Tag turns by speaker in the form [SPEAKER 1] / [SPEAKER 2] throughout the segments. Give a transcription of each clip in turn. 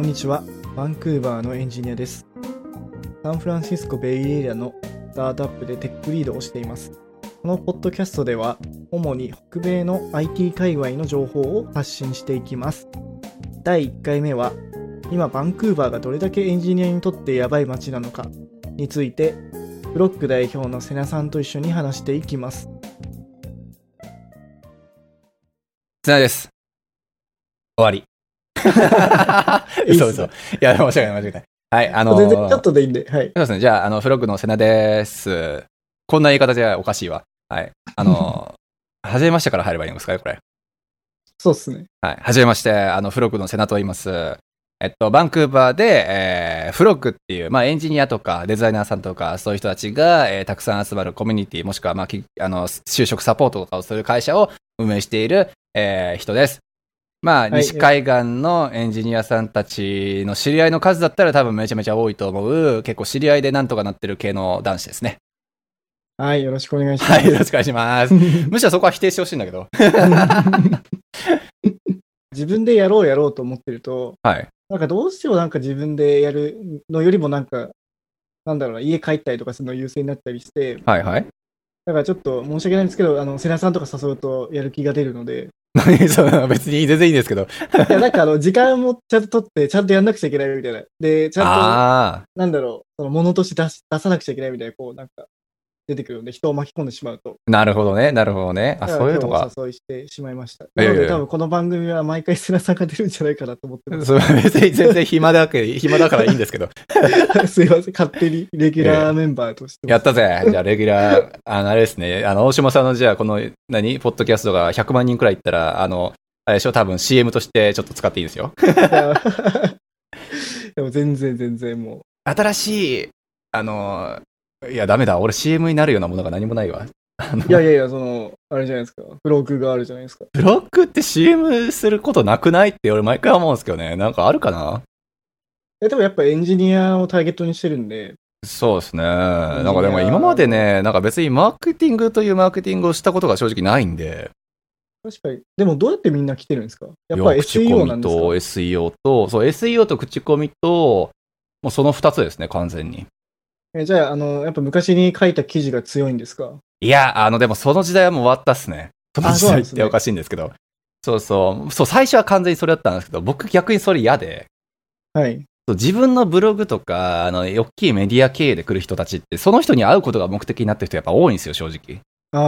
[SPEAKER 1] にちはバンクーバーのエンジニアですサンフランシスコベイエリアのスタートアップでテックリードをしていますこのポッドキャストでは主に北米の IT 界隈の情報を発信していきます第1回目は今バンクーバーがどれだけエンジニアにとってやばい街なのかについてブロック代表の瀬名さんと一緒に話していきます
[SPEAKER 2] つなです。終わ り。
[SPEAKER 1] いいっす
[SPEAKER 2] 嘘嘘。いや、申し訳ない、申し訳ない。はい、あのー
[SPEAKER 1] 全然カットでいいんではい
[SPEAKER 2] そうですね。じゃあ、あの、フロッグの瀬名です。こんな言い方じゃおかしいわ。はい。あの ー、はじめましてから入ればいいんですかね、これ。
[SPEAKER 1] そうっすね
[SPEAKER 2] はい。はじめまして、あの、フロッグの瀬名と言います。えっと、バンクーバーで、えー、フロッグっていう、まあ、エンジニアとかデザイナーさんとか、そういう人たちが、えーたくさん集まるコミュニティ、もしくは、まあ、きあの、就職サポートとかをする会社を運営している、えー人です。まあ、
[SPEAKER 1] はい
[SPEAKER 2] 西海岸のエンジニアさんたちの知り合いの数だったら多分めちゃめちゃ多いと思う、結構知り合いでなんとかなってる系の男子ですね。
[SPEAKER 1] はいよろしくお願いします
[SPEAKER 2] はい、よろしくお願いします。むしろそこは否定してほしいんだけど。
[SPEAKER 1] 自分でやろうやろうと思ってると、
[SPEAKER 2] はい。
[SPEAKER 1] なんかどうしてもなんか自分でやるのよりもなんか、なんだろうな、家帰ったりとかするの優先になったりして、
[SPEAKER 2] はいはい。
[SPEAKER 1] だからちょっと申し訳ないんですけど、あの、瀬名さんとか誘うとやる気が出るの で、
[SPEAKER 2] 何その別に全然いいんですけど。
[SPEAKER 1] いや、なんかあの、時間もちゃんと取って、ちゃんとやんなくちゃいけないみたいな。で、ちゃん
[SPEAKER 2] ああ。
[SPEAKER 1] と、なんだろう、その物として出し出さなくちゃいけないみたいな、こう、なんか、出てくるので、人を巻き込んでしまうと。
[SPEAKER 2] なるほどね、なるほどね。あ、
[SPEAKER 1] だ
[SPEAKER 2] そういうと
[SPEAKER 1] 今
[SPEAKER 2] か。
[SPEAKER 1] 日お誘いしてしまいました。
[SPEAKER 2] やい
[SPEAKER 1] な
[SPEAKER 2] や
[SPEAKER 1] の
[SPEAKER 2] いや
[SPEAKER 1] で、多分この番組は毎回瀬名さんが出るんじゃないかなと思ってます。
[SPEAKER 2] そう別に全然暇だけ、暇だからいいんですけど。
[SPEAKER 1] すいません、勝手にレギュラーメンバーとして。
[SPEAKER 2] やったぜ。じゃあ、レギュラー、あの、あれですね。あの、大島さんの、じゃあ、この、何ポッドキャストが100万人くらいいったら、あの、あれでしょ多分 CM としてちょっと使っていいんですよ。
[SPEAKER 1] いや でも全然全然もう。
[SPEAKER 2] 新しい、あの、いや、ダメだ。俺 CM になるようなものが何もないわ。あの
[SPEAKER 1] いやいやいや、その、あれじゃないですか。ブログがあるじゃないですか。
[SPEAKER 2] ブロックって CM することなくないって俺毎回思うんですけどね。なんかあるかな
[SPEAKER 1] えでもやっぱエンジニアをターゲットにしてるんで、
[SPEAKER 2] そうですね。なんかでも今までね、なんか別にマーケティングというマーケティングをしたことが正直ないんで、
[SPEAKER 1] 確かに。でもどうやってみんな来てるんですかやっ
[SPEAKER 2] 要
[SPEAKER 1] ぱ
[SPEAKER 2] は
[SPEAKER 1] り
[SPEAKER 2] 口
[SPEAKER 1] SEO
[SPEAKER 2] コ
[SPEAKER 1] なん
[SPEAKER 2] ミ
[SPEAKER 1] ですか
[SPEAKER 2] と SEO と、そう、SEO と口コミと、もうその2つですね、完全に。
[SPEAKER 1] えじゃあ、あの、やっぱ昔に書いた記事が強いんですか
[SPEAKER 2] いや、あの、でもその時代はもう終わったっすね。その
[SPEAKER 1] あ
[SPEAKER 2] 時
[SPEAKER 1] そうなん
[SPEAKER 2] 代っ
[SPEAKER 1] ですね
[SPEAKER 2] ておかしいんですけど。そうそう。そう、最初は完全にそれだったんですけど、僕逆にそれ嫌で、
[SPEAKER 1] はい。
[SPEAKER 2] そう自分のブログとか、あの、大きいメディア経営で来る人たちって、その人に会うことが目的になってる人やっぱ多いんですよ、正直。
[SPEAKER 1] あ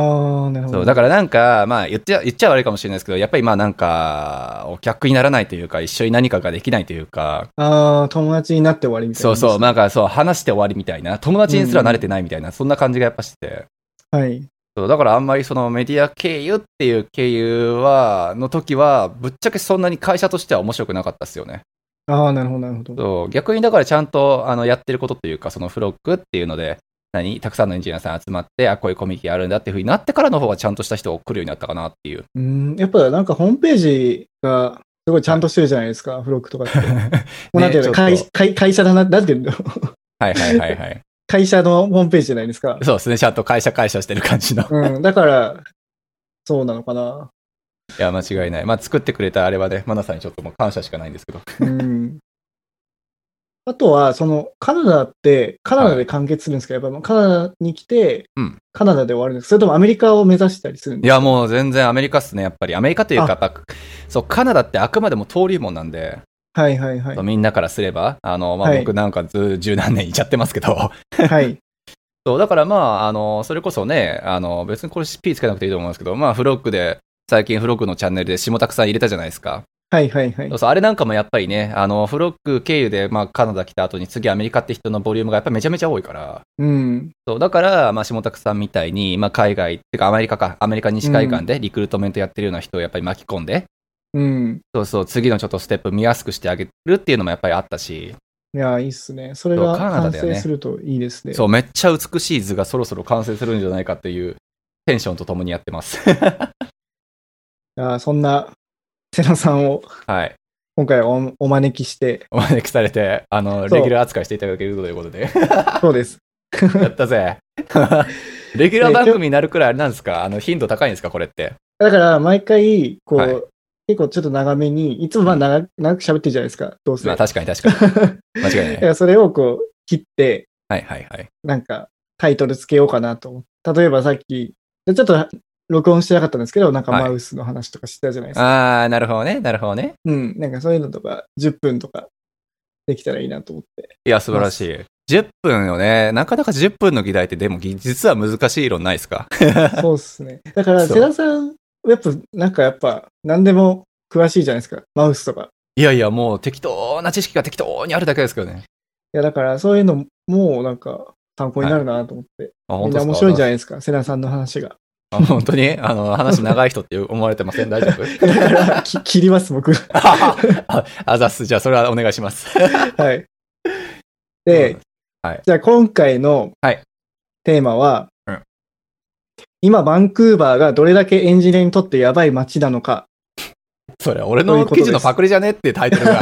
[SPEAKER 1] ー、なるほど。
[SPEAKER 2] そうだからなんか、まあ、言っちゃ言っちゃ悪いかもしれないですけど、やっぱりまあなんか、お客にならないというか、一緒に何かができないというか、
[SPEAKER 1] あー、友達になって終わりみたいな
[SPEAKER 2] そ
[SPEAKER 1] 感
[SPEAKER 2] う
[SPEAKER 1] じ。
[SPEAKER 2] そう、なんかそう、話して終わりみたいな、友達にすら慣れてないみたいな、そんな感じがやっぱして、
[SPEAKER 1] はい。
[SPEAKER 2] そうだからあんまりそのメディア経由っていう経由は、の時は、ぶっちゃけそんなに会社としては面白くなかったですよね。
[SPEAKER 1] あー、なるほど、なるほど。
[SPEAKER 2] そう逆にだからちゃんとあのやってることというか、そのフロックっていうので、何たくさんのエンジニアさん集まって、あ、こういうコミュニティあるんだっていうふうになってからの方がちゃんとした人が来るようになったかなっていう。
[SPEAKER 1] うーん、やっぱなんかホームページがすごいちゃんとしてるじゃないですか、フロックとかって。もうなんていうの、
[SPEAKER 2] ねちょっ
[SPEAKER 1] 会
[SPEAKER 2] と
[SPEAKER 1] 会会社だな、なんていうの
[SPEAKER 2] はいはいはいはい。
[SPEAKER 1] 会社のホームページじゃないですか。
[SPEAKER 2] そうですね、ちゃんと会社会社してる感 じの。
[SPEAKER 1] うん、だから、そうなのかな。
[SPEAKER 2] いや、間違いない。まあ、作ってくれたあれはね、マナさんにちょっともう感謝しかないんですけど。
[SPEAKER 1] うん。あとは、その、カナダって、カナダで完結するんですか、やっぱカナダに来て
[SPEAKER 2] うん、
[SPEAKER 1] カナダで終わるんですかそれともアメリカを目指したりするん
[SPEAKER 2] い
[SPEAKER 1] です
[SPEAKER 2] や、もう全然アメリカっすね、やっぱり。アメリカというか、
[SPEAKER 1] あ
[SPEAKER 2] やっぱ、そう、カナダってあくまでも登竜門なんで、
[SPEAKER 1] かはいはいはい。
[SPEAKER 2] みんなからすれば、あの、まあ、
[SPEAKER 1] はい
[SPEAKER 2] 僕なんかず、十何年いちゃってますけど、
[SPEAKER 1] はい。
[SPEAKER 2] そう、だからまあ、あの、それこそね、あの、別にこれ P つけなくていいと思うんですけど、まあ、フロックで、最近フロックのチャンネルで下たくさん入れたじゃないですか。
[SPEAKER 1] はいはいはい
[SPEAKER 2] そう。そう、あれなんかもやっぱりね、あの、フロック経由で、まあ、カナダ来た後に次アメリカって人のボリュームがやっぱめちゃめちゃ多いから、
[SPEAKER 1] うん。
[SPEAKER 2] そうだから、まあ、下拓さんみたいに、まあ、海外っていうかアメリカかアメリカ西海岸でリクルートメントやってるような人をやっぱり巻き込んで、
[SPEAKER 1] うん。
[SPEAKER 2] そうそう次のちょっとステップ見やすくしてあげるっていうのもやっぱりあったし、
[SPEAKER 1] いや、いいっすね。それ
[SPEAKER 2] そう
[SPEAKER 1] が
[SPEAKER 2] カナダ
[SPEAKER 1] 完
[SPEAKER 2] だよね
[SPEAKER 1] 成するといいですね。
[SPEAKER 2] そうめっちゃ美しい図がそろそろ完成するんじゃないかっていうテンションとともにやっ てます。
[SPEAKER 1] あーそんな、瀬名さんを
[SPEAKER 2] はい、
[SPEAKER 1] 今回おお招きして、
[SPEAKER 2] お招きされてあの
[SPEAKER 1] そう
[SPEAKER 2] レギュラー扱いしていただけるというこ とで
[SPEAKER 1] そうです。
[SPEAKER 2] やったぜ。 レギュラー番組になるくらいあれなんですかあの頻度高いんですかこれって。
[SPEAKER 1] だから、毎回、こう、
[SPEAKER 2] はい
[SPEAKER 1] 結構ちょっと長めに、いつもまあ長長く喋ってるじゃないですか、どうせ。
[SPEAKER 2] まあ確かに確かに。間違い
[SPEAKER 1] だか
[SPEAKER 2] ない。
[SPEAKER 1] らそれをこう切って、
[SPEAKER 2] はいはいはい。
[SPEAKER 1] なんかタイトルつけようかなと思って。例えばさっき、ちょっと録音してなかったんですけど、なんか
[SPEAKER 2] はい
[SPEAKER 1] マウスの話とかしてたじゃないですか。
[SPEAKER 2] あー、なるほどね、なるほどね。
[SPEAKER 1] うん、なんかそういうのとか、10分とかできたらいいなと思 って。
[SPEAKER 2] いや、素晴らしい。10分よね。なかなか10分の議題って、でも、ぎ実は難しい論ないですか
[SPEAKER 1] そうっすね。だから、
[SPEAKER 2] そう
[SPEAKER 1] 世田さん、やっぱ、なんかやっぱ、何でも詳しいじゃないですか、マウスとか。
[SPEAKER 2] いやいや、もう適当な知識が適当にあるだけですけどね。
[SPEAKER 1] いや、だから、そういうのも、なんか、参考になるなと思って。
[SPEAKER 2] あ、
[SPEAKER 1] み
[SPEAKER 2] 本
[SPEAKER 1] ん
[SPEAKER 2] 当
[SPEAKER 1] な
[SPEAKER 2] ですか
[SPEAKER 1] 面白いんじゃないですか、セナさんの話が。
[SPEAKER 2] あ本当にあの、話長い人って思われてません大丈夫
[SPEAKER 1] だ から、 き切ります、僕。は
[SPEAKER 2] あああざっす。じゃあ、それはお願いします。
[SPEAKER 1] い。で、じゃあ今回の
[SPEAKER 2] はい
[SPEAKER 1] テーマは、
[SPEAKER 2] うん
[SPEAKER 1] 今、バンクーバーがどれだけエンジニアにとってやばい街なのか、
[SPEAKER 2] それ、俺
[SPEAKER 1] という
[SPEAKER 2] の
[SPEAKER 1] ことで
[SPEAKER 2] 記
[SPEAKER 1] す
[SPEAKER 2] 事のパクリじゃねっていうタイトル
[SPEAKER 1] いや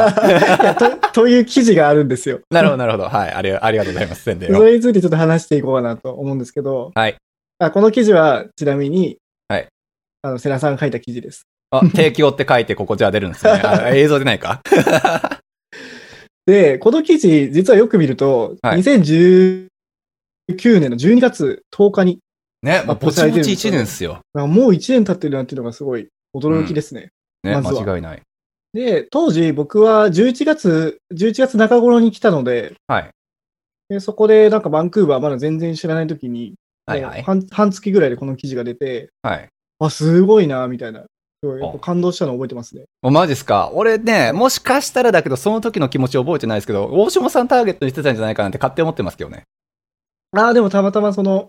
[SPEAKER 2] が。
[SPEAKER 1] と という記事があるんですよ。
[SPEAKER 2] なるほど、なるほど。はい。ありありがとうございます。宣伝
[SPEAKER 1] そ
[SPEAKER 2] を。
[SPEAKER 1] れについてちょっと話していこうかなと思うんですけど、
[SPEAKER 2] はい
[SPEAKER 1] あこの記事はちなみに、
[SPEAKER 2] はい
[SPEAKER 1] あのセナさんが書いた記事です。
[SPEAKER 2] あ、提供って書いて、ここじゃあ出るんですね。あ映像出ないか。
[SPEAKER 1] で、この記事、実はよく見ると、
[SPEAKER 2] はい
[SPEAKER 1] 2019年の12月10日に、
[SPEAKER 2] ね、もう
[SPEAKER 1] アップ
[SPEAKER 2] ぼち
[SPEAKER 1] されてる
[SPEAKER 2] ぼ
[SPEAKER 1] ん
[SPEAKER 2] ち
[SPEAKER 1] です
[SPEAKER 2] 1
[SPEAKER 1] よね
[SPEAKER 2] 年ですよ。
[SPEAKER 1] あもう1年経ってるなんていうのがすごい驚きですね。
[SPEAKER 2] ね、
[SPEAKER 1] まずは
[SPEAKER 2] 間違いない。
[SPEAKER 1] で、当時僕は11月、11月中頃に来たので、
[SPEAKER 2] はい。
[SPEAKER 1] でそこでなんかバンクーバーまだ全然知らない時に、
[SPEAKER 2] はいはい。
[SPEAKER 1] 半半月ぐらいでこの記事が出て、
[SPEAKER 2] はい。
[SPEAKER 1] あ、すごいな、みたいな。すごいやっぱ
[SPEAKER 2] あ
[SPEAKER 1] 感動したの覚えてますね。
[SPEAKER 2] おマジっすか俺ね、もしかしたらだけど、その時の気持ち覚えてないですけど、大島さんターゲットにしてたんじゃないかなって勝手に思ってますけどね。
[SPEAKER 1] ああ、でもたまたまその、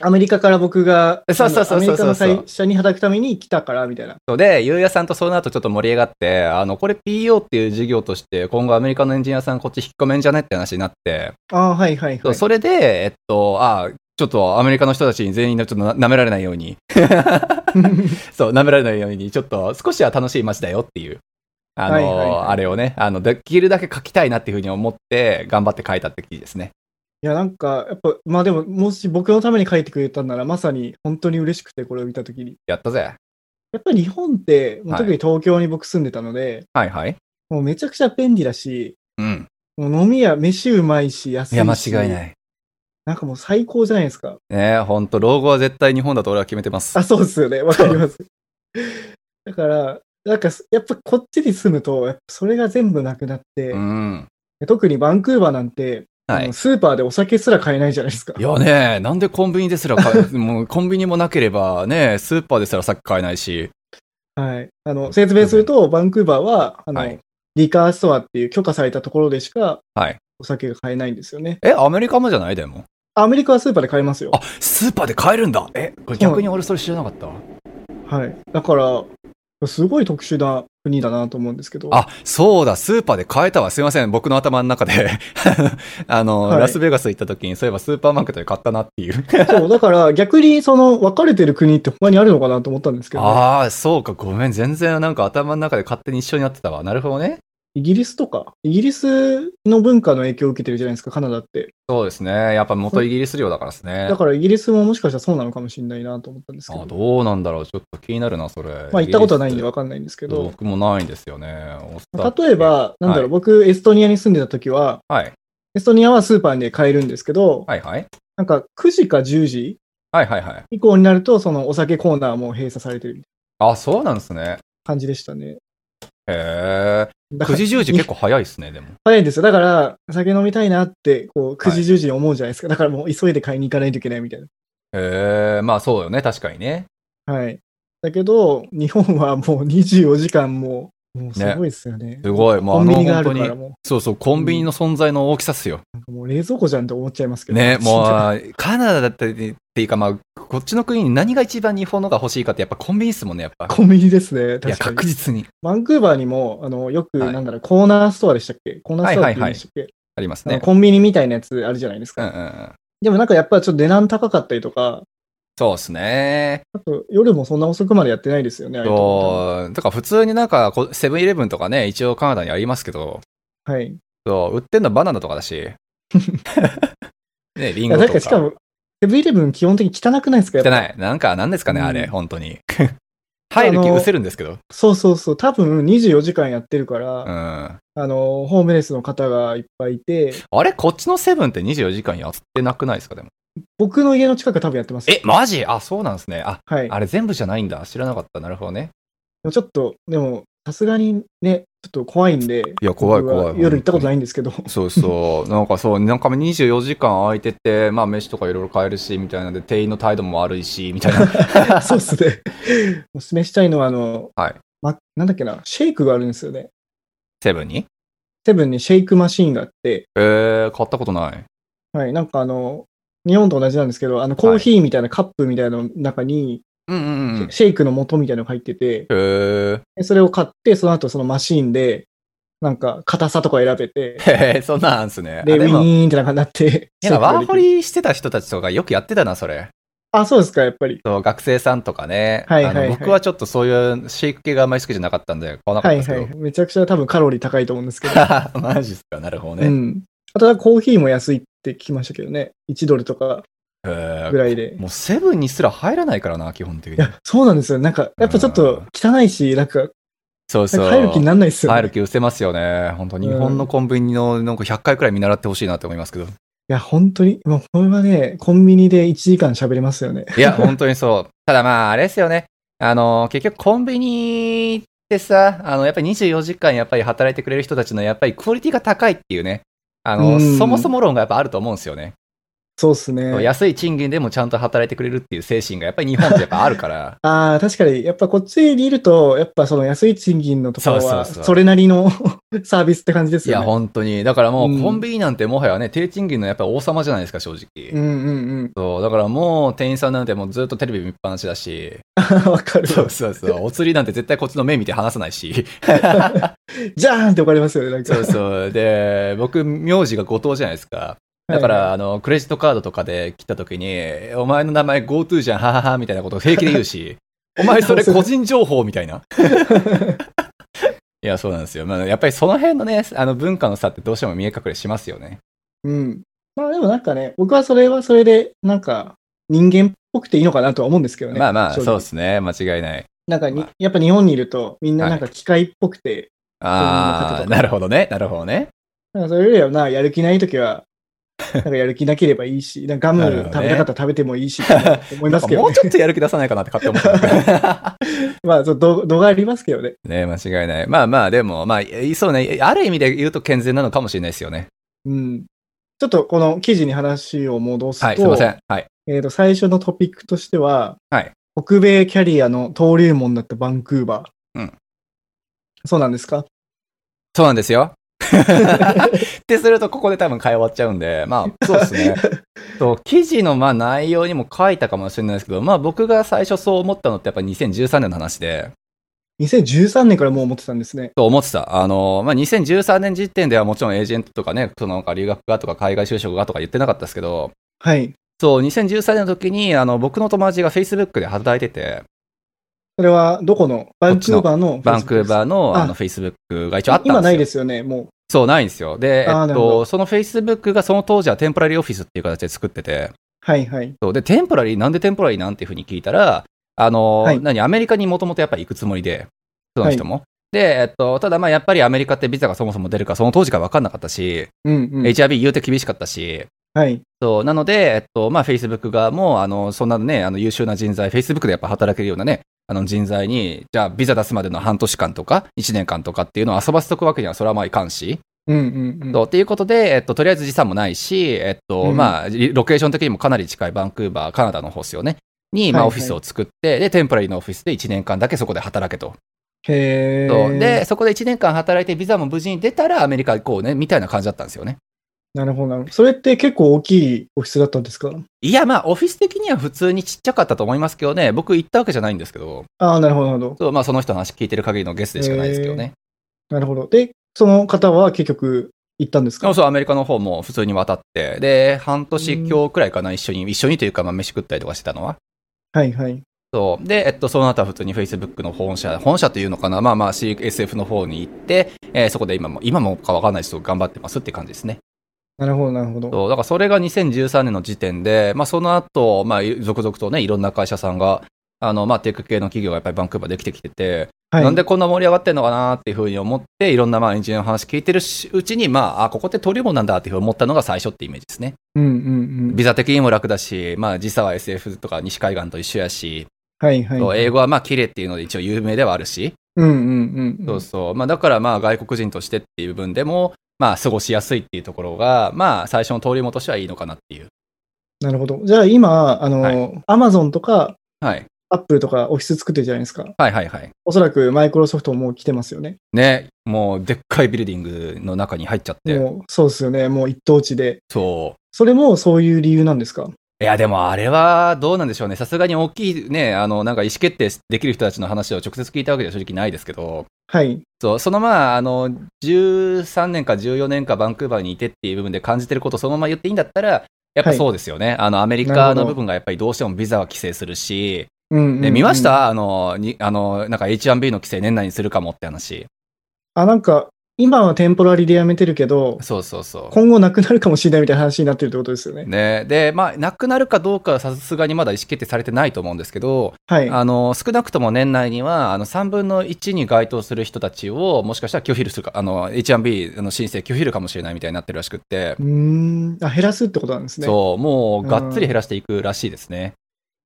[SPEAKER 1] アメリカから僕が、
[SPEAKER 2] そうそうそうそうそう
[SPEAKER 1] あのアメリカの会社に働くために来たから、みたいな。
[SPEAKER 2] ので、ゆうやさんとその後ちょっと盛り上がって、あの、これ PO っていう事業として、今後アメリカのエンジニアさんこっち引っ込めんじゃねって話になって、
[SPEAKER 1] ああ、はいはい
[SPEAKER 2] そう
[SPEAKER 1] はい。
[SPEAKER 2] それで、えっと、あ、ちょっとアメリカの人たちに全員のちょっとな舐められないように、 そう、舐められないように、ちょっと少しは楽しい街だよっていう、あの、
[SPEAKER 1] はいはいはい
[SPEAKER 2] あれをね、あの、できるだけ書きたいなっていうふうに思って、頑張って書いたって記事ですね。
[SPEAKER 1] いや、なんか、やっぱ、まあでも、もし僕のために書いてくれたんなら、まさに本当に嬉しくて、これを見たときに。
[SPEAKER 2] やったぜ。
[SPEAKER 1] やっぱり日本って、もう
[SPEAKER 2] はい
[SPEAKER 1] 特に東京に僕住んでたので、
[SPEAKER 2] はいはい。
[SPEAKER 1] もうめちゃくちゃ便利だし、
[SPEAKER 2] うん。
[SPEAKER 1] もう飲み屋、飯うまいし、安いし。。
[SPEAKER 2] いや、間違いないい。
[SPEAKER 1] なんかもう最高じゃないですか。
[SPEAKER 2] ねえ、ほんと、老後は絶対日本だと俺は決めてます。
[SPEAKER 1] あ、そうですよね。わかります。だから、なんか、やっぱこっちに住むと、やっぱそれが全部なくなって、
[SPEAKER 2] うん。
[SPEAKER 1] 特にバンクーバーなんて、
[SPEAKER 2] は
[SPEAKER 1] あ
[SPEAKER 2] い
[SPEAKER 1] の。スーパーでお酒すら買えないじゃないですか。
[SPEAKER 2] いやね、なんでコンビニですら買え、 もうコンビニもなければね、スーパーですらさっき買えないし、
[SPEAKER 1] はい。あの、説明すると、バンクーバーは、あの、
[SPEAKER 2] はい
[SPEAKER 1] リカーストアっていう許可されたところでしか、
[SPEAKER 2] はい
[SPEAKER 1] お酒が買えないんですよね。
[SPEAKER 2] え、アメリカもじゃないでも。
[SPEAKER 1] アメリカはスーパーで買えますよ
[SPEAKER 2] あ。、スーパーで買えるんだえ、これ逆に俺それ知らなかったわ
[SPEAKER 1] はい。だから、すごい特殊な国だなと思うんですけど。
[SPEAKER 2] あ、そうだ、スーパーで買えたわ。すいません、僕の頭の中で。 あの、
[SPEAKER 1] はい
[SPEAKER 2] ラスベガス行った時に、そういえばスーパーマーケットで買ったなって いう。
[SPEAKER 1] そう、だから逆にその分かれてる国って他にあるのかなと思ったんですけど、
[SPEAKER 2] ああ、そうか、ごめん。全然なんか頭の中で勝手に一緒になってたわ。なるほどね。
[SPEAKER 1] イギリスとか、イギリスの文化の影響を受けてるじゃないですか、カナダって。
[SPEAKER 2] そうですね。やっぱ元イギリス領だからですね
[SPEAKER 1] だ。からイギリスももしかしたらそうなのかもしれないなと思ったんですけど、
[SPEAKER 2] あどうなんだろう。ちょっと気になるな、それ。
[SPEAKER 1] まあ行ったことはないんで
[SPEAKER 2] わ
[SPEAKER 1] 分かんないんですけ
[SPEAKER 2] けど。
[SPEAKER 1] ど、
[SPEAKER 2] 僕もないんですよね。おっさん
[SPEAKER 1] 例え、ば、なんだろう、
[SPEAKER 2] はい
[SPEAKER 1] 僕、エストニアに住んでた時は、
[SPEAKER 2] はい。
[SPEAKER 1] エストニアはスーパーで買えるんですけど、
[SPEAKER 2] はいはい。
[SPEAKER 1] なんか9時か10時
[SPEAKER 2] はいはいはい。
[SPEAKER 1] 以降になると、そのお酒コーナーも閉鎖されてる
[SPEAKER 2] あ、そうなんですね。
[SPEAKER 1] 感じでしたね。
[SPEAKER 2] へえ。
[SPEAKER 1] だか
[SPEAKER 2] 9
[SPEAKER 1] ら
[SPEAKER 2] 時10時結構早いですね、でも。
[SPEAKER 1] 早いんですよ。だから、酒飲みたいなって、こう、9時、10時に思うじゃないですか。だからもう急いで買いに行かないといけないみたいな。
[SPEAKER 2] へえ。まあそうよね、確かにね。
[SPEAKER 1] はい。だけど、日本はもう24時間もう、もうすごいですよね。
[SPEAKER 2] すごい。も
[SPEAKER 1] コ
[SPEAKER 2] うあ
[SPEAKER 1] ンビ
[SPEAKER 2] の、
[SPEAKER 1] ニがあ
[SPEAKER 2] 本
[SPEAKER 1] る
[SPEAKER 2] 当
[SPEAKER 1] か
[SPEAKER 2] に
[SPEAKER 1] ら。も
[SPEAKER 2] そうそう、コンビニの存在の大きさっすよ。
[SPEAKER 1] う、なんかもう冷蔵庫じゃんって思っちゃいますけど。
[SPEAKER 2] ね、 も
[SPEAKER 1] 信
[SPEAKER 2] う、
[SPEAKER 1] じられない
[SPEAKER 2] あーカナダだったりっていうか、まあ、こっちの国に何が一番日本のが欲しいかって、やっぱコンビニっすもんね、やっぱ。
[SPEAKER 1] コンビニですね。
[SPEAKER 2] いや、
[SPEAKER 1] 確かに
[SPEAKER 2] 確。実に
[SPEAKER 1] バンクーバーにも、あの、よく、
[SPEAKER 2] はい
[SPEAKER 1] なんだろう、コーナーストアでしたっけコーナーストアって言うんでしたっけ、
[SPEAKER 2] あります
[SPEAKER 1] あの
[SPEAKER 2] ね。
[SPEAKER 1] コンビニみたいなやつあるじゃないです
[SPEAKER 2] う
[SPEAKER 1] か。
[SPEAKER 2] んうんうん。
[SPEAKER 1] でもなんかやっぱちょっと値段高かったりとか、
[SPEAKER 2] そうですね。
[SPEAKER 1] あと夜もそんな遅くまでやってないですよね、ああいうとこ
[SPEAKER 2] そう、だから普通になんか、こセブンイレブンとかね、一応カナダにありますけど、
[SPEAKER 1] はい。
[SPEAKER 2] そう、売ってんのバナナとかだし。 ね、リ
[SPEAKER 1] い
[SPEAKER 2] ンゴ
[SPEAKER 1] や、なん
[SPEAKER 2] とか。
[SPEAKER 1] かしかも、セブンイレブン基本的に汚くないですか
[SPEAKER 2] 汚
[SPEAKER 1] やっぱ
[SPEAKER 2] い。なんか、なんですかね、あれ、
[SPEAKER 1] うん
[SPEAKER 2] 本当に。 入る気
[SPEAKER 1] あの
[SPEAKER 2] 失せるんですけど。
[SPEAKER 1] そうそうそう、多分24時間やってるから、
[SPEAKER 2] うん。あ
[SPEAKER 1] あの、ホームレスの方がいっぱいいて、
[SPEAKER 2] れこっちのセブンって24時間やってなくないですかでも。
[SPEAKER 1] 僕の家の近く多分やってます。
[SPEAKER 2] え、マジあ、そうなんですね。あ、
[SPEAKER 1] はい。
[SPEAKER 2] あれ全部じゃないんだ。知らなかった。なるほどね。
[SPEAKER 1] ちょっと、でも、さすがにね、ちょっと怖いんで、
[SPEAKER 2] いや怖い
[SPEAKER 1] 僕は
[SPEAKER 2] 怖い
[SPEAKER 1] 夜行ったことないんですけど、
[SPEAKER 2] そうそう。なんかそう、なんか24時間空いてて、まあ飯とかいろいろ買えるし、みたいなので、店員の態度も悪いし、みたいな。
[SPEAKER 1] そうっす ね。おすすめしたいのは、あの、
[SPEAKER 2] はい
[SPEAKER 1] ま、なんだっけな、シェイクがあるんですよね。
[SPEAKER 2] セブンに
[SPEAKER 1] セブンにシェイクマシーンがあって、
[SPEAKER 2] えー、買ったことない。
[SPEAKER 1] はい、なんかあの、日本と同じなんですけど、あの、コーヒーみたいなカップみたいなの中に、
[SPEAKER 2] うんうんうん。
[SPEAKER 1] シェイクの素みたいなのが入ってて、
[SPEAKER 2] えー、
[SPEAKER 1] でそれを買って、その後そのマシーンで、なんか、硬さとか選べて、
[SPEAKER 2] へ へそんなんあんすね。あ
[SPEAKER 1] で、ウ
[SPEAKER 2] で
[SPEAKER 1] ィ
[SPEAKER 2] も、い
[SPEAKER 1] ーンってなんかなって、シェイ
[SPEAKER 2] や、
[SPEAKER 1] クがで
[SPEAKER 2] ワー
[SPEAKER 1] き
[SPEAKER 2] ホ
[SPEAKER 1] る
[SPEAKER 2] リしてた人たちとかよくやってたな、それ。
[SPEAKER 1] あ、そうですか、やっぱり。
[SPEAKER 2] そう学生さんとかね、
[SPEAKER 1] はいはいはい
[SPEAKER 2] あの僕はちょっとそういうシェイク系があんまり好きじゃなかったんで、買わな
[SPEAKER 1] は
[SPEAKER 2] かったん
[SPEAKER 1] い
[SPEAKER 2] ですけ
[SPEAKER 1] は
[SPEAKER 2] ど。
[SPEAKER 1] い。めちゃくちゃ多分カロリー高いと思うん ですけど。
[SPEAKER 2] マジっすか、なるほど
[SPEAKER 1] う
[SPEAKER 2] ね。
[SPEAKER 1] ん。あとはコーヒーも安いって聞きましたけどね。1ドルとか
[SPEAKER 2] えー
[SPEAKER 1] ぐらいで。
[SPEAKER 2] もうセブンにすら入らないからな、基本的
[SPEAKER 1] い
[SPEAKER 2] に。
[SPEAKER 1] や、そうなんですよ。なんか、やっぱちょっと汚いし、なんか、なん
[SPEAKER 2] そうそう。
[SPEAKER 1] か入る気にならないですよ、ね。
[SPEAKER 2] 入る気失せますよね。本当に日本のコンビニのなんか100回くらい見習ってほしいなと思いますけど。
[SPEAKER 1] いや、本当に、もうこれはね、コンビニで1時間喋れますよね。
[SPEAKER 2] いや、本当にそう。ただまあ、あれですよね。あの、結局コンビニってさ、あの、やっぱり24時間やっぱり働いてくれる人たちのやっぱりクオリティが高いっていうね。あ
[SPEAKER 1] う
[SPEAKER 2] の、
[SPEAKER 1] ん
[SPEAKER 2] そもそも論がやっぱあると思うんですよね。
[SPEAKER 1] そうっすね。
[SPEAKER 2] 安い賃金でもちゃんと働いてくれるっていう精神がやっぱり日本ってやっぱあるから。
[SPEAKER 1] ああ、確かに、やっぱこっちにいると、やっぱその安い賃金のところ
[SPEAKER 2] そう
[SPEAKER 1] は、
[SPEAKER 2] そうそう
[SPEAKER 1] それなりの サービスって感じです
[SPEAKER 2] いや、
[SPEAKER 1] よね。
[SPEAKER 2] 本当に。だからもううんコンビニなんてもはやね、低賃金のやっぱり王様じゃないですか、正直。
[SPEAKER 1] うんうん
[SPEAKER 2] そう、だからもう店員さんなんてもうずっとテレビ見っぱなしだし、
[SPEAKER 1] うん。 わかる。
[SPEAKER 2] そうそうそう、お釣りなんて絶対こっちの目見て話さないし、
[SPEAKER 1] じゃーんってわかりますよね、なんか。
[SPEAKER 2] そうそう。で、僕、名字が後藤じゃないですか。だから、
[SPEAKER 1] はい
[SPEAKER 2] あの、クレジットカードとかで来た時に、お前の名前 GoTo じゃん、ははは、みたいなことを平気で言うし、 お前それ個人情報みたいな。いや、そうなんですよ。まあ、やっぱりその辺のね、あの文化の差ってどうしても見え隠れしますよね。
[SPEAKER 1] うん。まあでもなんかね、僕はそれはそれで、なんか人間っぽくていいのかなとは思うんですけどね。
[SPEAKER 2] まあまあ、
[SPEAKER 1] 正直
[SPEAKER 2] そうですね。間違いない。
[SPEAKER 1] なんかに
[SPEAKER 2] ま、
[SPEAKER 1] やっぱ日本にいると、みんななんか機械っぽくて、そういうのも書く
[SPEAKER 2] ああ、
[SPEAKER 1] とか
[SPEAKER 2] なるほどね。なるほどね。
[SPEAKER 1] なんかそれよりはな、やる気ないときは、なんかやる気なければいいし、なんかガム
[SPEAKER 2] なるほどね
[SPEAKER 1] 食べたかったら食べてもいいし、って思いますけど、
[SPEAKER 2] もう
[SPEAKER 1] ね、
[SPEAKER 2] ちょっとやる気出さ ないかなって勝手 に思った。
[SPEAKER 1] まあ、そう度度がありますけどね。
[SPEAKER 2] ね間違いない。まあまあ、でも、まあ、いそうね。ある意味で言うと健全なのかもしれないですよね。
[SPEAKER 1] うん。ちょっとこの記事に話を戻すと、
[SPEAKER 2] はい、すいません。はい。
[SPEAKER 1] えーと、最初のトピックとしては、
[SPEAKER 2] はい
[SPEAKER 1] 北米キャリアの登竜門だったバンクーバー。
[SPEAKER 2] うん
[SPEAKER 1] そうなんですか
[SPEAKER 2] そうなんですよ。ってすると、ここで多分会話終わっちゃうんで、まあ、そうで すね。そう記事のまあ内容にも書いたかもしれないですけど、まあ僕が最初そう思ったのってやっぱ2013年の話で、
[SPEAKER 1] 2013年からもう思ってたんですね。
[SPEAKER 2] と思ってた。あの、まあ2013年時点ではもちろんエージェントとかね、そのなんか留学がとか海外就職がとか言ってなかったですけど、
[SPEAKER 1] はい。
[SPEAKER 2] そう、2013年の時に、あの、僕の友達が Facebook で働いてて、
[SPEAKER 1] それは、どこのバンクーバーの
[SPEAKER 2] バンクーバーの
[SPEAKER 1] あ
[SPEAKER 2] あの Facebook が一応あったんですよ。
[SPEAKER 1] 今ないですよね、もう。
[SPEAKER 2] そう、ないんですよ。で、
[SPEAKER 1] あー
[SPEAKER 2] えっ
[SPEAKER 1] なるほ
[SPEAKER 2] と、その Facebook がその当時はテンポラリーオフィスっていう形で作ってて、
[SPEAKER 1] はいはい。
[SPEAKER 2] そうで、テンポラリー、なんでテンポラリーなんていうふうに聞いたら、あの、
[SPEAKER 1] はい
[SPEAKER 2] 何、アメリカにもともとやっぱり行くつもりで、その人も。で、えっと、ただまあやっぱりアメリカってビザがそもそも出るか、その当時から分かんなかったし、
[SPEAKER 1] うんうん。
[SPEAKER 2] HIV 言うて厳しかったし、
[SPEAKER 1] はい。
[SPEAKER 2] そう、なので、えっと、まあ Facebook 側も、あの、そんなね、あの優秀な人材、Facebook でやっぱ働けるようなね、あの人材に、じゃあビザ出すまでの半年間とか、1年間とかっていうのを遊ばせとくわけにはそれはまあいかんし、
[SPEAKER 1] うんうんうん。
[SPEAKER 2] とっていうことで、えっと、とりあえず時差もないし、えっと
[SPEAKER 1] うん
[SPEAKER 2] まあ、リロケーション的にもかなり近いバンクーバー、カナダの方ですよね、に、まあ、
[SPEAKER 1] は
[SPEAKER 2] オ
[SPEAKER 1] いは
[SPEAKER 2] フ
[SPEAKER 1] い
[SPEAKER 2] ィスを作って、で、テンポラリーのオフィスで1年間だけそこで働けと。
[SPEAKER 1] へー
[SPEAKER 2] そうで、そこで1年間働いて、ビザも無事に出たら、アメリカ行こうね、みたいな感じだったんですよね。
[SPEAKER 1] なるほどなるほど。それって結構大きいオフィスだったんですか
[SPEAKER 2] いや、まあ、オフィス的には普通にちっちゃかったと思いますけどね、僕行ったわけじゃないんですけど、
[SPEAKER 1] ああ、なるほど、なるほど。
[SPEAKER 2] そうまあ、その人の話聞いてる限りのゲスでしかないですけどね。
[SPEAKER 1] なるほど。で、その方は結局行ったんです
[SPEAKER 2] そう
[SPEAKER 1] か
[SPEAKER 2] そう、アメリカの方も普通に渡って、で、半年強くらいかな、一緒に、一緒にというか、まあ、飯食ったりとかしてたのは。
[SPEAKER 1] はいはい。
[SPEAKER 2] そう。で、えっと、その後は普通に Facebook の本社、本社というのかな、まあまあ CSF の方に行って、えーそこで今も、今もかわかんないですけど、頑張ってますって感じですね。
[SPEAKER 1] なるほど、なるほど。
[SPEAKER 2] そう。だからそれが2013年の時点で、まあその後、まあ続々とね、いろんな会社さんが、あの、まあ、テック系の企業がやっぱりバンクーバーできてきてて、
[SPEAKER 1] はい、
[SPEAKER 2] なんでこんな盛り上がってんのかなっていうふうに思って、いろんなまあエンジニアの話聞いてるしうちに、まあ、あ、ここって登竜門なんだっていうふうに思ったのが最初ってイメージですね。
[SPEAKER 1] うんうんうん。
[SPEAKER 2] ビザ的にも楽だし、まあ、時差は SF とか西海岸と一緒やし、
[SPEAKER 1] はいはい。
[SPEAKER 2] そう英語はまあ、綺麗っていうので一応有名ではあるし、
[SPEAKER 1] うんうんうん。
[SPEAKER 2] そうそう。まあ、だからまあ、外国人としてっていう部分でも、まあ、過ごしやすいっていうところが、まあ、最初の登竜門としてはいいのかなっていう。
[SPEAKER 1] なるほど。じゃあ今、あ
[SPEAKER 2] は
[SPEAKER 1] の、アマゾンとか、
[SPEAKER 2] はい。
[SPEAKER 1] アップルとかオフィス作ってるじゃないですか。
[SPEAKER 2] はいはいはい。
[SPEAKER 1] おそらくマイクロソフトももう来てますよね。
[SPEAKER 2] ね、もう、でっかいビルディングの中に入っちゃって、
[SPEAKER 1] もう、そうですよね。もう一等地で。
[SPEAKER 2] そう。
[SPEAKER 1] それもそういう理由なんですか
[SPEAKER 2] いや、でもあれはどうなんでしょうね。さすがに大きいね、あの、なんか意思決定できる人たちの話を直接聞いたわけでは正直ないですけど、
[SPEAKER 1] はい。
[SPEAKER 2] そう、そのまあ、あの、13年か14年かバンクーバーにいてっていう部分で感じてることをそのまま言っていいんだったら、やっぱそうですよね。あの、アメリ
[SPEAKER 1] な
[SPEAKER 2] カ
[SPEAKER 1] るほ
[SPEAKER 2] の
[SPEAKER 1] ど
[SPEAKER 2] 部分がやっぱりどうしてもビザは規制するし、
[SPEAKER 1] うんうんうん
[SPEAKER 2] で見ましたあの、に、あの、なんか H1B の規制年内にするかもって話。
[SPEAKER 1] あ、なんか、今はテンポラリでやめてるけど、
[SPEAKER 2] そうそうそう。
[SPEAKER 1] 今後なくなるかもしれないみたいな話になってるってことですよね。
[SPEAKER 2] ね、で、まあ、なくなるかどうかはさすがにまだ意思決定されてないと思うんですけど、
[SPEAKER 1] はい。
[SPEAKER 2] あの少なくとも年内にはあの3分の1に該当する人たちをもしかしたら拒否するかあの H1B の申請拒否るかもしれないみたいになってるらしくって、
[SPEAKER 1] うーん。あ、減らすってことなんですね。
[SPEAKER 2] そうもうがっつり減らしていくらしいで すね,、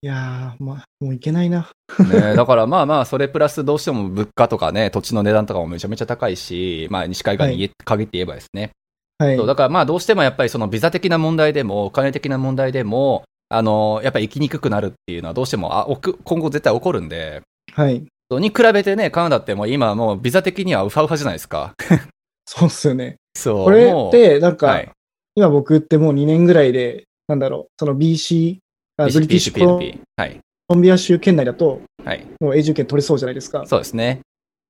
[SPEAKER 1] いやー、まあ、もういけないな。
[SPEAKER 2] ねだからまあまあそれプラスどうしても物価とかね土地の値段とかもめちゃめちゃ高いし、まあ、西海岸に言え限って言えばですね、
[SPEAKER 1] はい
[SPEAKER 2] そう。だからまあどうしてもやっぱりそのビザ的な問題でもお金的な問題でもあのやっぱり生きにくくなるっていうのはどうしてもあおく今後絶対起こるんで。
[SPEAKER 1] はい。
[SPEAKER 2] そうに比べてね、カナダってもう今はもうビザ的にはウハウハじゃないですか。
[SPEAKER 1] そうっすよね。
[SPEAKER 2] そう。
[SPEAKER 1] これ
[SPEAKER 2] も
[SPEAKER 1] っ
[SPEAKER 2] う
[SPEAKER 1] て、なんか、
[SPEAKER 2] はい、
[SPEAKER 1] 今僕ってもう2年ぐらいで、なんだろう、その BC、あブリティッシュコロ
[SPEAKER 2] PCP はい。
[SPEAKER 1] コロンビア州圏内だと、
[SPEAKER 2] はい。
[SPEAKER 1] もう永住権取れそうじゃないですか。そ
[SPEAKER 2] そうですね。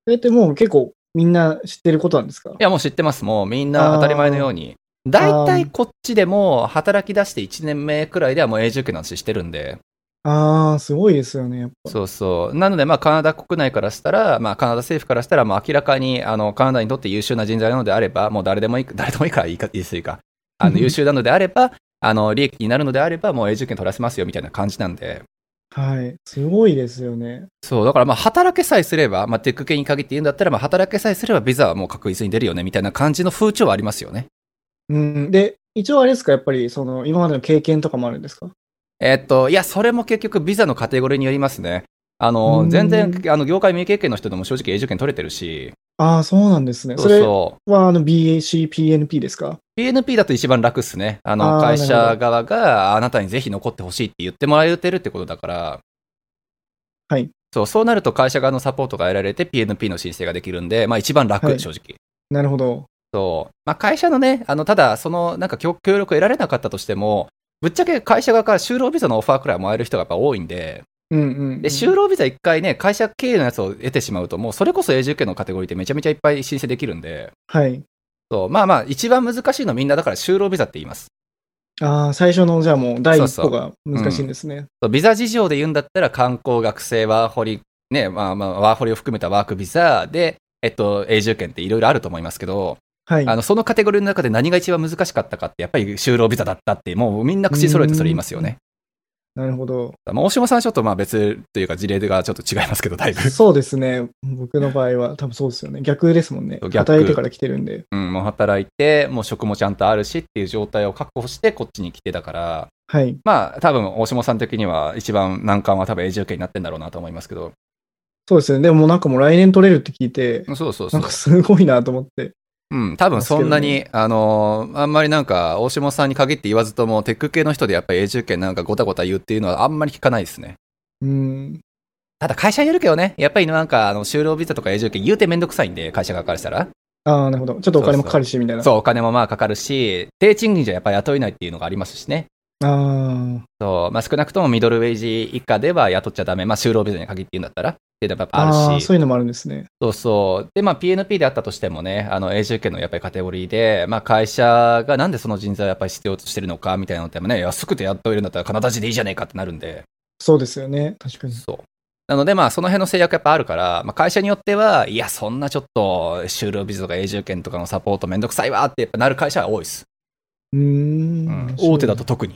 [SPEAKER 1] れってもう結構みんな知ってることなんですか
[SPEAKER 2] いや、もう知ってます。もうみんな当たり前のように。大体こっちでも働き出して1年目くらいではもう永住権の話してるんで。
[SPEAKER 1] あー、すごいですよね、やっぱ。
[SPEAKER 2] そうそう。なので、まあカナダ国内からしたら、まあカナダ政府からしたら、もう明らかに、あの、カナダにとって優秀な人材なのであれば、もう誰でもいい、誰でもいいからいいか、いいですいか。あの、優秀なのであれば、あの、利益になるのであれば、もう永住権取らせますよ、みたいな感じなんで。
[SPEAKER 1] はい。すごいですよね。
[SPEAKER 2] そう、だからまあ働けさえすれば、まあ、テック系に限って言うんだったら、まあ働けさえすればビザはもう確実に出るよねみたいな感じの風潮はありますよね。
[SPEAKER 1] うん。で、一応あれですか、やっぱり、その、今までの経験とかもあるんですか
[SPEAKER 2] えっと、いや、それも結局ビザのカテゴリーによりますね。あ
[SPEAKER 1] う
[SPEAKER 2] の
[SPEAKER 1] ん
[SPEAKER 2] 全然あの業界未経験の人でも正直永住権取れてるし、
[SPEAKER 1] あー、そうなんですね。
[SPEAKER 2] そう
[SPEAKER 1] それ
[SPEAKER 2] そう。
[SPEAKER 1] は、あの、BAC、PNP ですか
[SPEAKER 2] PNP だと一番楽っすね。あ
[SPEAKER 1] あ
[SPEAKER 2] の
[SPEAKER 1] ー
[SPEAKER 2] 会
[SPEAKER 1] なるほ
[SPEAKER 2] 社
[SPEAKER 1] ど
[SPEAKER 2] 側があなたにぜひ残ってほしいって言ってもらえてるってことだから、
[SPEAKER 1] はい
[SPEAKER 2] そうそうなると会社側のサポートが得られて PNP の申請ができるんで、まあ、一番楽、
[SPEAKER 1] はい
[SPEAKER 2] 正直。
[SPEAKER 1] なるほど。
[SPEAKER 2] そう。まあ、会社のね、あの、ただ、その、なんか協協力を得られなかったとしても、ぶっちゃけ会社側から就労ビザのオファーくらいもらえる人がやっぱ多いんで、
[SPEAKER 1] うんうんうん、
[SPEAKER 2] で、就労ビザ一回ね、会社経由のやつを得てしまうと、もうそれこそ永住権のカテゴリーってめちゃめちゃいっぱい申請できるんで、
[SPEAKER 1] はい。
[SPEAKER 2] そう、まあまあ、一番難しいのみんなだから就労ビザって言います。
[SPEAKER 1] ああ、最初の、じゃあもう、第一
[SPEAKER 2] そうそ
[SPEAKER 1] 歩
[SPEAKER 2] う
[SPEAKER 1] が難しいんですね。
[SPEAKER 2] そうビザ事情で言うんだったら、観光、学生、ワーホリ、ね、まあまあ、ワーホリを含めたワークビザで、えっと、永住権っていろいろあると思いますけど、
[SPEAKER 1] はい。
[SPEAKER 2] あの、そのカテゴリーの中で何が一番難しかったかって、やっぱり就労ビザだったって、もうみんな口揃えてそれ言いますよね。
[SPEAKER 1] なるほど。
[SPEAKER 2] まあ、大島さんはちょっとまあ別というか事例がちょっと違いますけど、だいぶ。
[SPEAKER 1] そうですね。僕の場合は、多分そうですよね。逆ですもんね
[SPEAKER 2] そう。逆
[SPEAKER 1] 働いてから来てるんで。
[SPEAKER 2] うん、もう働いて、もう職もちゃんとあるしっていう状態を確保してこっちに来てだから、
[SPEAKER 1] はい。
[SPEAKER 2] まあ多分大島さん的には一番難関は多分永住権になってんだろうなと思いますけど、
[SPEAKER 1] そうですね。でももうなんかもう来年取れるって聞いて、
[SPEAKER 2] そうそうそ
[SPEAKER 1] なん
[SPEAKER 2] う
[SPEAKER 1] か。すごいなと思って。
[SPEAKER 2] うん、多分そんなに、あのーあんまりなんか大島さんに限って言わずとも、テック系の人でやっぱり永住権なんかごたごた言うっていうのはあんまり聞かないですね。
[SPEAKER 1] うん。
[SPEAKER 2] ただ会社によるけどね、やっぱりなんかあの就労ビザとか永住権言うてめんどくさいんで、会社側からしたら。
[SPEAKER 1] ああ、なるほど。ちょっとお金もかかるし、みたいな。
[SPEAKER 2] そう、お金もまあかかるし、低賃金じゃやっぱり雇えないっていうのがありますしね。
[SPEAKER 1] あ
[SPEAKER 2] そう、まあ少なくともミドルウェイジ以下では雇っちゃダメ。まあ就労ビザに限って言うんだったら。っていうのはやっ
[SPEAKER 1] あ。
[SPEAKER 2] ぱ
[SPEAKER 1] あ
[SPEAKER 2] あ
[SPEAKER 1] あ、
[SPEAKER 2] る
[SPEAKER 1] そ
[SPEAKER 2] し。
[SPEAKER 1] ういうのもあるんですね。
[SPEAKER 2] そうそう。で、まあ PNP であったとしてもね、あの永住権のやっぱりカテゴリーで、まあ会社がなんでその人材をやっぱり必要としてるのかみたいなのってもね、安くて雇えるんだったらカナダ人でいいじゃねえかってなるんで。
[SPEAKER 1] そうですよね。確かに。
[SPEAKER 2] そう。なのでまあその辺の制約やっぱあるから、まあ会社によっては、いやそんなちょっと就労ビザとか永住権とかのサポートめんどくさいわってやっぱなる会社は多いです。
[SPEAKER 1] うーん。
[SPEAKER 2] うん
[SPEAKER 1] 面白い
[SPEAKER 2] 大手だと。特に。